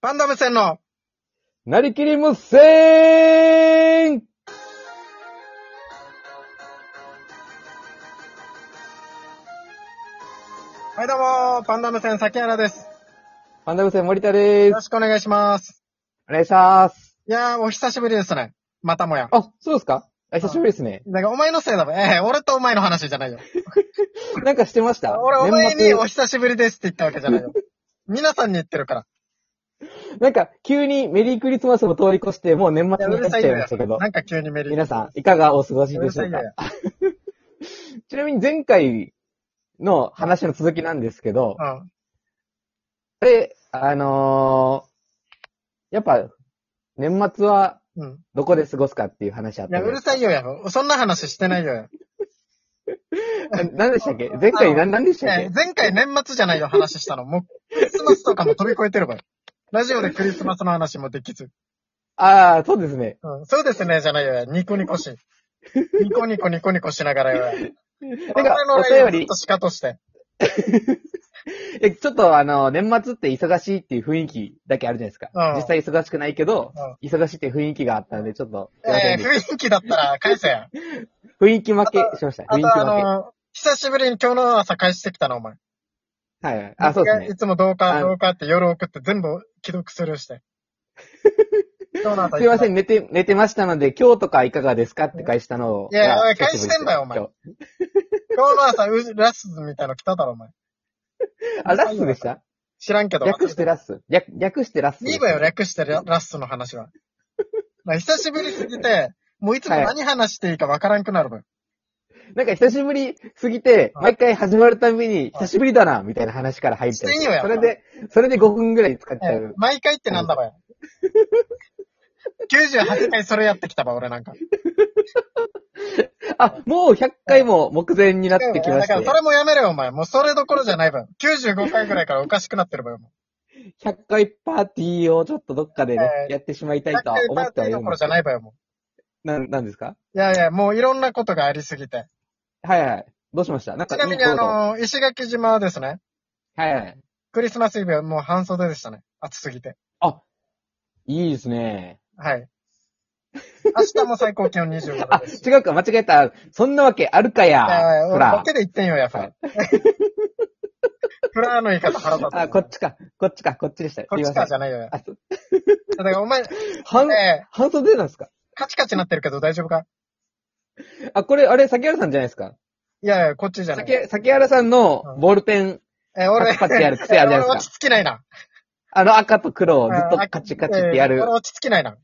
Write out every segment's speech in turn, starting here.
パンダム戦の、なりきり無線はいどうも、パンダム戦崎原です。パンダ無線森田でよろす。しくお願いします。お願いします。いやー、お久しぶりですね。またもや。あ、そうですかあ久しぶりですね。だからお前のせいだべ。ええ俺とお前の話じゃないよ。なんかしてました俺、お前に年お末、久しぶりですって言ったわけじゃない よ。皆さんに言ってるから。なんか急にメリークリスマスも通り越して、もう年いや末うにるなっさいちゃいよましたけど。なんか急にメリー。皆さん、いかがお過ごしんうでるしょさいうよか。 ちなみに前回の話の続きなんですけど、うん。あれ、あのー、やっぱ、年末はうん。どこで過ごすかっていう話あっいたや、じうゃるないさいよや。そんな話してないよや。何でしたっけ前回何何でしたっえけえ前回年末じゃないよ、話したの。もう、クリスマスとかも飛び越えてるわよ。ラジオでクリスマスの話もできず。ああ、そうですね。うん、そうですね、じゃないよや。ニコニコし。ニコニコニコニコしながらよや。なんか、俺のライおブ便ずっりと、シカとして。えちょっとあの、年末って忙しいっていう雰囲気だけあるじゃないですか。うん実際忙しくないけど、う忙しいって雰囲気があったんで、ちょっと、すいませえんえで雰囲気だったら返せや。した雰囲気負けしました。あ 雰囲気とあ負の、久しぶりに今日の朝返してきたな、お前。け。はいはい。あ、そうですねい。つもどうか、あどうかって夜送って全部既読スルー して。今日の朝すいません。ん、寝て、寝てましたので、今日とかいかがですかって返したのを。いやがおい返してんだよお前。今今日の朝、うラスみたいの来ただろ、お前。日あ、ラッスでした知らんけど。略してラッス。略、略してラッスでいしいた。わよ、略してララストの話 は。まあ久しぶりすぎて、もういつも何話していいかわからんくなるわよ。なんか久しぶりすぎて、はい毎回始まるたびに、久しぶりだな、みたいな話から入っちゃう。してんよやっぱそれで、それで5分ぐらい使っちゃええう。毎回ってなんだわ よ。98回それやってきたわ、俺なんか。あ、もう100回も目前になってきまだしからてそ、れもやめろよ、お前。もうそれどころじゃないわよ。95回ぐらいからおかしくなってるわよ。も100回パーティーをちょっとどっかでねえ、えやってしま いうたい100とは回パ思っーてティーはいるどんこでろすじゃないわよ、もな、なんですかう。いやいや、もういろんなことがありすぎて。はいはい。どうしましたなんかちないいみにあ行動の、石垣島はですね、はいはい。クリスマスイブはもう半袖でしたね。暑すぎて。いいですね。はい。明日も最高気温25度あです。、違うか、間違えた。そんなわけあるかあや。あ、俺ほボらケ。で言ってんよ、やっはぱい。 フラーの言い方腹立つ。あ、こっちか。こっちか、こっちでした。すこっいまちせんかじ。ゃないよ。あ、そうだから お前、ね半、え、半袖なんですかカチカチなってるけど大丈夫かあ、これ、あれ、崎原さんじゃないですかいやいや、こっちじゃない。崎、崎原さんのボールペン、え、俺、カチカチやる癖あるじゃないですかえ 俺落ち着きないな。あの赤と黒をずっとああカチカチってやえる俺、落ち着きないな。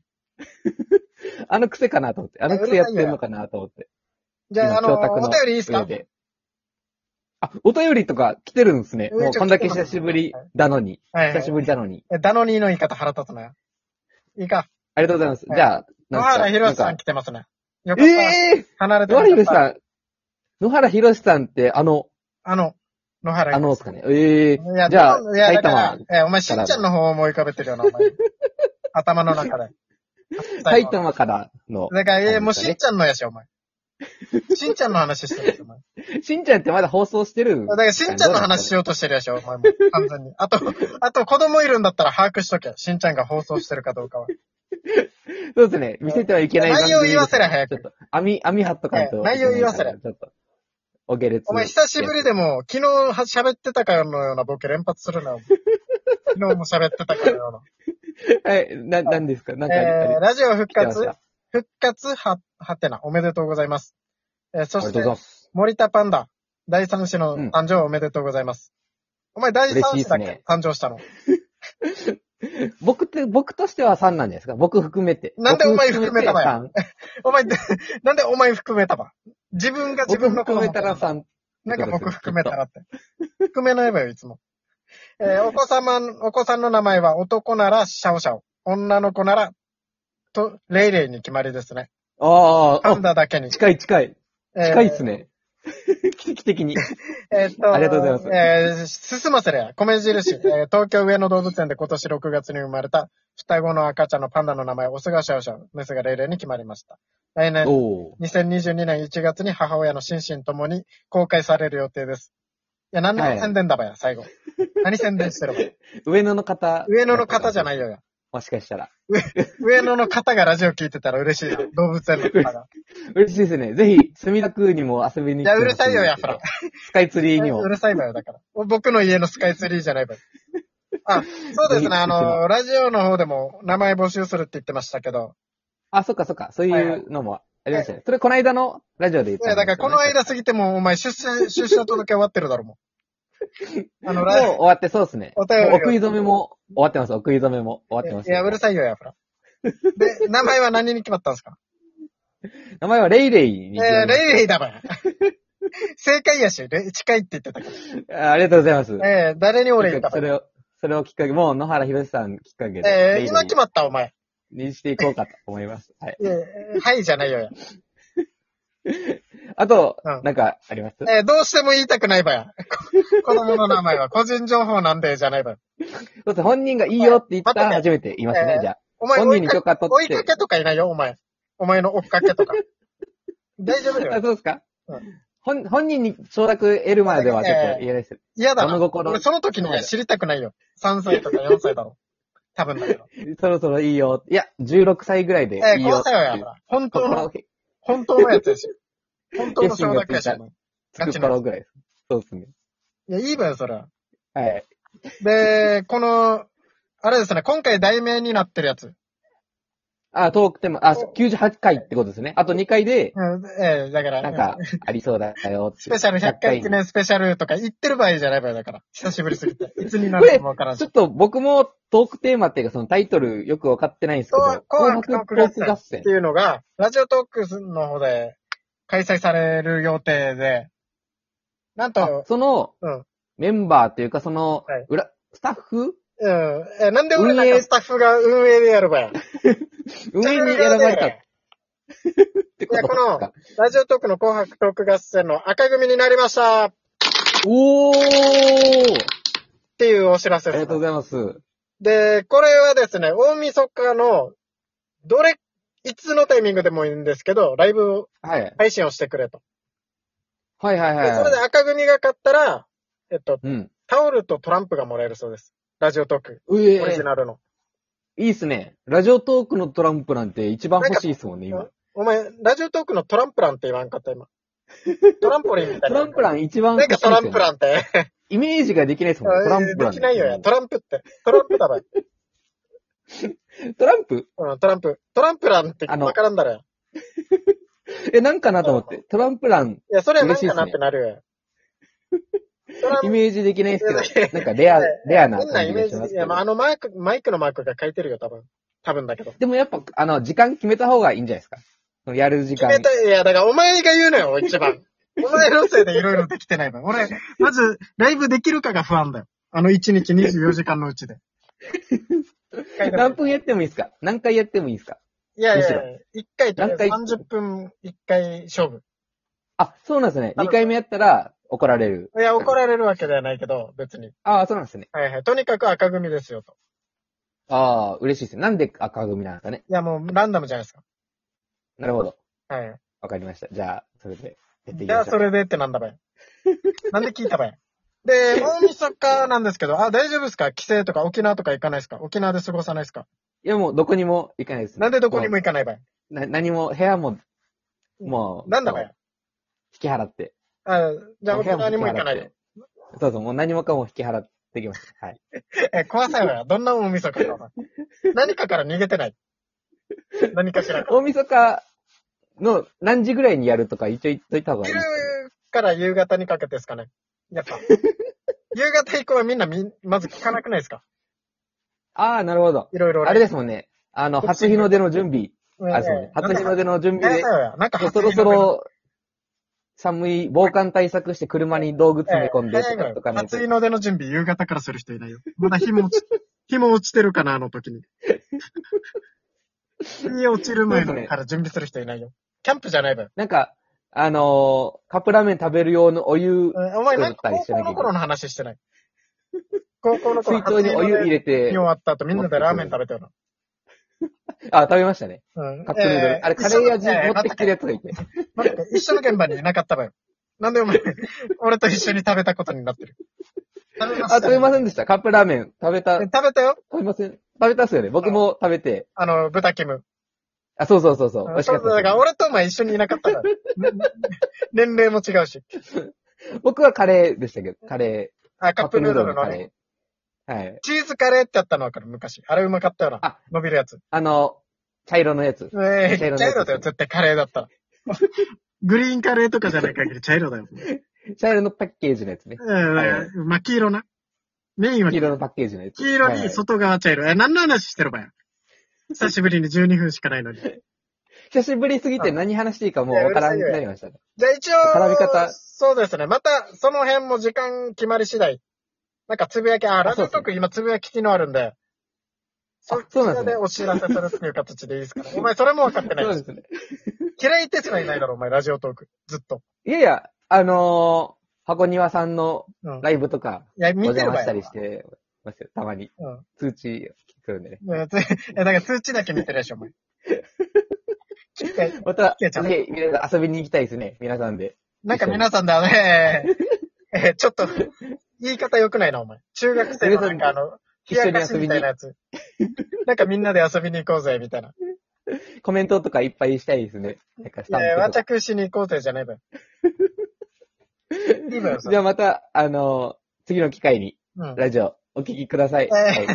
あの癖かなと思って、あの癖やってるのかなと思って。じゃあ、あ今の、教託のお便りいいですか上であ、お便りとか来てるんですね。うんもうこんだけ久しぶりだのに。はいはい久しぶりだのに。えダノニーの言い方腹立つなよ。いいか。ありがとうございます。はいじゃあ、野原なん博ですかさなんんか来てますね。よかった。ええ離れー、て野よか原った博さん。野原博さんって、あの、あの、野原あのですかね。ええいや、じゃであもいや、だ埼から玉、え、お前、しんちゃんの方を思い浮かべてるよな、お 前。頭の中で。埼玉からの。だから、え、もうそうですしねんちゃんのやし、お前。しんちゃんの話してるよ、お前。しんちゃんってまだ放送してるんですだかから、しんちゃんの話しようとしてるやし、お前も。完全に。あと、あと、子供いるんだったら把握しとけ。しんちゃんが放送してるかどうかは。そうですね。見せてはいけない番組です内容言わせろ早くちょっと、網、網張っとかんと。はい内容言わせろちょっと、おげれつ。お前、久しぶりでも、昨日は喋ってたかのようなボケ連発するな、お前昨日も喋ってたかの ような。え、な、なんですかなんかあり、あえー、りラジオ復来てま活した。あ復活は、はてな、おめでとうございます。えーそりがしとてうござい、ます。森田パンダ、第三子のうん誕生おめでとうございます。お前、第三嬉しい子だっすっけ、ね誕生したの。僕って、僕としては3なんじゃないですか僕含めて。なんでお前含めたのや僕含お前、 でなんでお前含めたば自分が自 分の僕含めたら子供3。なんか僕含めたらって。含めないわよ、いつも。えーお子様、お子さんの名前は男ならシャオシャオ、女の子なら、と、レイレイに決まりですね。あーパンあ、ダだけに。近い近い。えー近いっすね。 奇跡的に。えーっと、ありがとうございますえー、進ませりゃ、米印、えー東京上野動物園で今年6月に生まれた双子の赤ちゃんのパンダの名前、オスがシャオシャオ、メスがレイレイに決まりました。来年、おー2022年1月に母親のシンシンともに公開される予定です。や、何はのい宣伝だばや、最後。何宣伝してるば。上野の方。。上野の方じゃないいよや。もしかしたら。上野の方がラジオ聞いてたら嬉しいな。動物園の方が。嬉しいですね。ぜひ、墨田区にも遊びに来てほいしやうるさいよやっぱ。スカイツリーにもう。るさいばよ、だから。僕の家のスカイツリーじゃないばよ。あ、そうですね、あの、ラジオの方でも名前募集するって言ってましたけど、あ、そっかそっか。そういうのもありましたね。それ、この間のラジオで言っいたんや、ですだよね。からこの間過ぎても、お前出社、出社届終わってるだろ、もう。あの、ラジもう終わってそうですね。お便りをもうお食い初めも終わってます。お食い初めも終わってオま。す、いや、うるさいよ、やっぱ。で、名前は何に決まったんですか名前はレイレイに。えー、レイレイだばや。 正解やし、レイ近いって言ってたかあありがとうございます。ら。えー、誰に俺言ったばそや。れを、それをきっかけ、もう野原ひろしさんきっかけで、レイえレー、イ今決まった、お前。にしていこうかと思います。はい。いやえーはい、じゃないよや。あと、うんなんかありますえー、どうしても言いたくないばや。こ子供の名前は個人情報なんで、じゃないばよ。そうですね本人がいいよって言ったら待初めて言いますえねー、じゃおあ。前本追人いにか許け、可取追いっかて。けとかいないよ、お前。お前の追っかけとか。大丈夫だあ、よ。そうですかうん本本人に承諾得るまではちょっと言えないです。嫌だな。物心俺その時には知りたくないよ。3歳とか4歳だろ。多分だけど。そろそろいいよ。いや、16歳ぐらいでえいー、いよこっうてせいよう。やから。本当心の を、本当のやつやし。本当の承諾やし。決心いつく頃ぐらいです。そうですね。や、いいわよ、それは。はい。で、この、あれですね、今回題名になってるやつ。あ、トークテーマ、あ、お98回ってことですね。あと2回で、うん、えー、だから、なんか、ありそうだよって。スペシャル100回記に念スペシャルとか言ってる場合じゃない場合だから。久しぶりすぎて。 いつになるかもわからんちょし。っと僕もトークテーマっていうか、そのタイトルよくわかってないんですけ紅ど、白トーク紅合白トーク合戦戦って。いうのが、ラジオトークスの方で開催される予定で、なんあと、そのうん、メンバーというか、そのはい、裏、スタッフうん、えなんで俺なん運営かスタッフが運営でやるばや。運営に選ばれたっいてことや、こですのか。、ラジオトークの紅白トーク合戦の赤組になりましたっおーていうお知らせあですりがとうございます。で、これはですね、大晦日の、どれ、いつのタイミングでもいいんですけど、ライブはい。配信をしてくれと。はいはいはいで、それでは赤組が勝ったら、えっと、い。うん。タオルとトランプがもらえるそうです。ラジオトーク、うオリえジ、ナルの。いいっすね。ラジオトークのトランプなんて一番欲しいっすもんね、なん今か。お前、ラジオトークのトランプランって言わんかった、 今。トランポリンみたいトな。ランプラン一番なん欲しいかっすよトねランプランって。イメージができないですもんね。トランプラン。できないよや。トランプって。トランプだばい。トランプうん、トランプ。トランプランってあのわからんだろや。いえ、なんかなと思って。トランプラン、や、それはなん嬉しいっかすねなってなるよや。トラン イメージできないですけど、なんか レア、いやレアな変な感イじメがーしますジ。いけや、どまあ、あのマーク、マイクのマークが書いてるよ、多分。多分だけど。でもやっぱ、あの、時間決めた方がいいんじゃないですか。そのやる時決間。めた、いや、だからお前が言うのよ、一番。 お前のせいでいろいろできてない分。俺、まず、ライブできるかが不安だよ。あの1日24時間のうち で。何分やってもいいですか何回やってもいいですかいやいやむしいや、1回とりあえず何30分1回勝負。あ、そうなんですね。あの2回目やったら怒られる。いや、怒られるわけではないけど、別に。ああ、そうなんですね。はいはい。とにかく赤組ですよ、と。ああ、嬉しいですね。なんで赤組なんですかね。いや、もうランダムじゃないですか。なるほど。はい。わかりました。じゃあ、それで、やっていきじゃまあ、しょ。そうれでってなんだ ばい。なんで聞いたばい。で、大晦日なんですけど、あ、大丈夫ですか帰省とか沖縄とか行かないですか沖縄で過ごさないですかいや、もうどこにも行かないです。なんでどこにもも行かないばい。うな何も、部屋も、もう、なんだばい。引き払って。あ、じゃあ沖縄にも行かな部屋い。 引き払って。そうそう、もう何もかも引き払ってきました。はい。え、怖さいわよ。どんな大晦日か。何かから逃げてない。何かしら。大晦日の何時ぐらいにやるとか一応言っといた方がいい昼ですかね。から夕方にかけてですかね。や っぱ。夕方以降はみんなみん、まず聞かなくないですかああ、なるほど。いろいろ。あれですもんね。あの、初日の出の準備。うんあれですもんね。初日なのんか出の準備で怖、さいわよなんかそろそろ、寒い、防寒対策して車に道具詰め込んでとかとかね初日の出の準備、夕方からする人いないよ。まだ日も 落ち、日も落ちてるかな、あの時に。日落ちる前のから準備する人いないよ。キャンプじゃないわよ。なんか、あのーカップラーメン食べる用のお湯、うんお前、なんか高作ったりしなき校ゃいけなのい頃の話してない。高校の頃、水筒にお湯入れ見て終、わった後、みんなでラーメン食べてるの。あ、食べましたね。うんカップヌードル。あれ、カレー味持ってきてるやつがいて。待って、一緒の現場にいなかったわよ。なんでお前、俺と一緒に食べたことになってる。食べましたあ、食べませんでした。カップラーメン。食べた、え食食べたよべません。食べたっすよね。僕も食べて。あの、豚キム。あ、そうそうそうそう。美味しそかうっそうだからた俺とお前一緒にいなかった から。年齢も違うし。です。僕はカレーでしたけど、カレー。あ、カップヌードルのカあれ。レー。はい。チーズカレーってやったのわかる、昔。あれうまかったよなあ。伸びるやつ。あの、茶色のやつ。ええ茶色の茶やつ色だよ、絶対カレーだったら。グリーンカレーとかじゃない限り茶色だよ。茶色のパッケージのやつね。うん、はいまあ、黄色な。メインは黄色のパッケージのやつ。黄色はにい外側茶色。え、何の話してるばや。久しぶりに12分しかないのに。じ久しぶりすぎて何話していいかもうわからんくなりましたね。ゃあ一応、絡み方そうですね。また、その辺も時間決まり次第。なんかつぶやき、あ、ラジオトーク今つぶやき機能あるんで。そあそうなんでちすらねでお知らせするっていう形でいい ですかね。お前それも分かってなそうい。ですね。嫌いってすらいないだろ、お前ラジオトーク。ずっと。いやいや、あのー、箱庭さんのうん。いライブとか、や、お見て邪る魔ばしたや。りしてますよ、たまに。うん。通知来るんでね。うんつ いや、だから数値だけ見てるでしょ、お前。聞 けまた、けぜちゃんひ、皆さん遊びに行きたいですね、皆さんで。なんか皆さんだね、えーちょっと、言い方良くないな、お前。中学生のなんかあの、冷一緒やにかし遊みびたにいな、やつ。 なんかみんなで遊びに行こうぜ、みたいな。コメントとかいっぱいしたいですね。なんかスタンプえー、とかわちゃくしに行こうぜ、じゃねえばよ。いいばよ、そじれゃあまた、あのー、次の機会に、うん。えラジオ、お聞きください。えはい。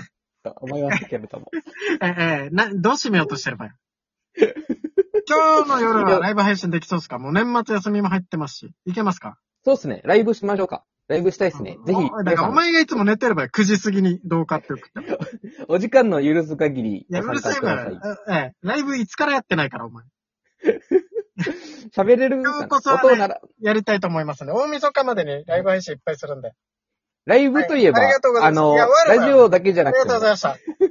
と思いますけ れども。えな、どう締めようとしてる ばよ。今日の夜はライブ配信できそうですかもう年末休みも入ってますし。いけますかそうですね、ライブしましょうか。ライブしたいですね。だぜひ、皆かさらおん、前がいつも寝てればよ9時過ぎにどうかって送って。お時間の許す限り、いや、うごる参せ加えくばださよい。。ええ、ライブいつからやってないから、お前。喋れるか今日なこそはね音をなら、やりたいと思いますね。大晦日までにライブ配信いっぱいするんで。ライブといえば、はいありがとうございあますのいや終わ、るわよラジオだけじゃあなりがくとうてごもざい、ました。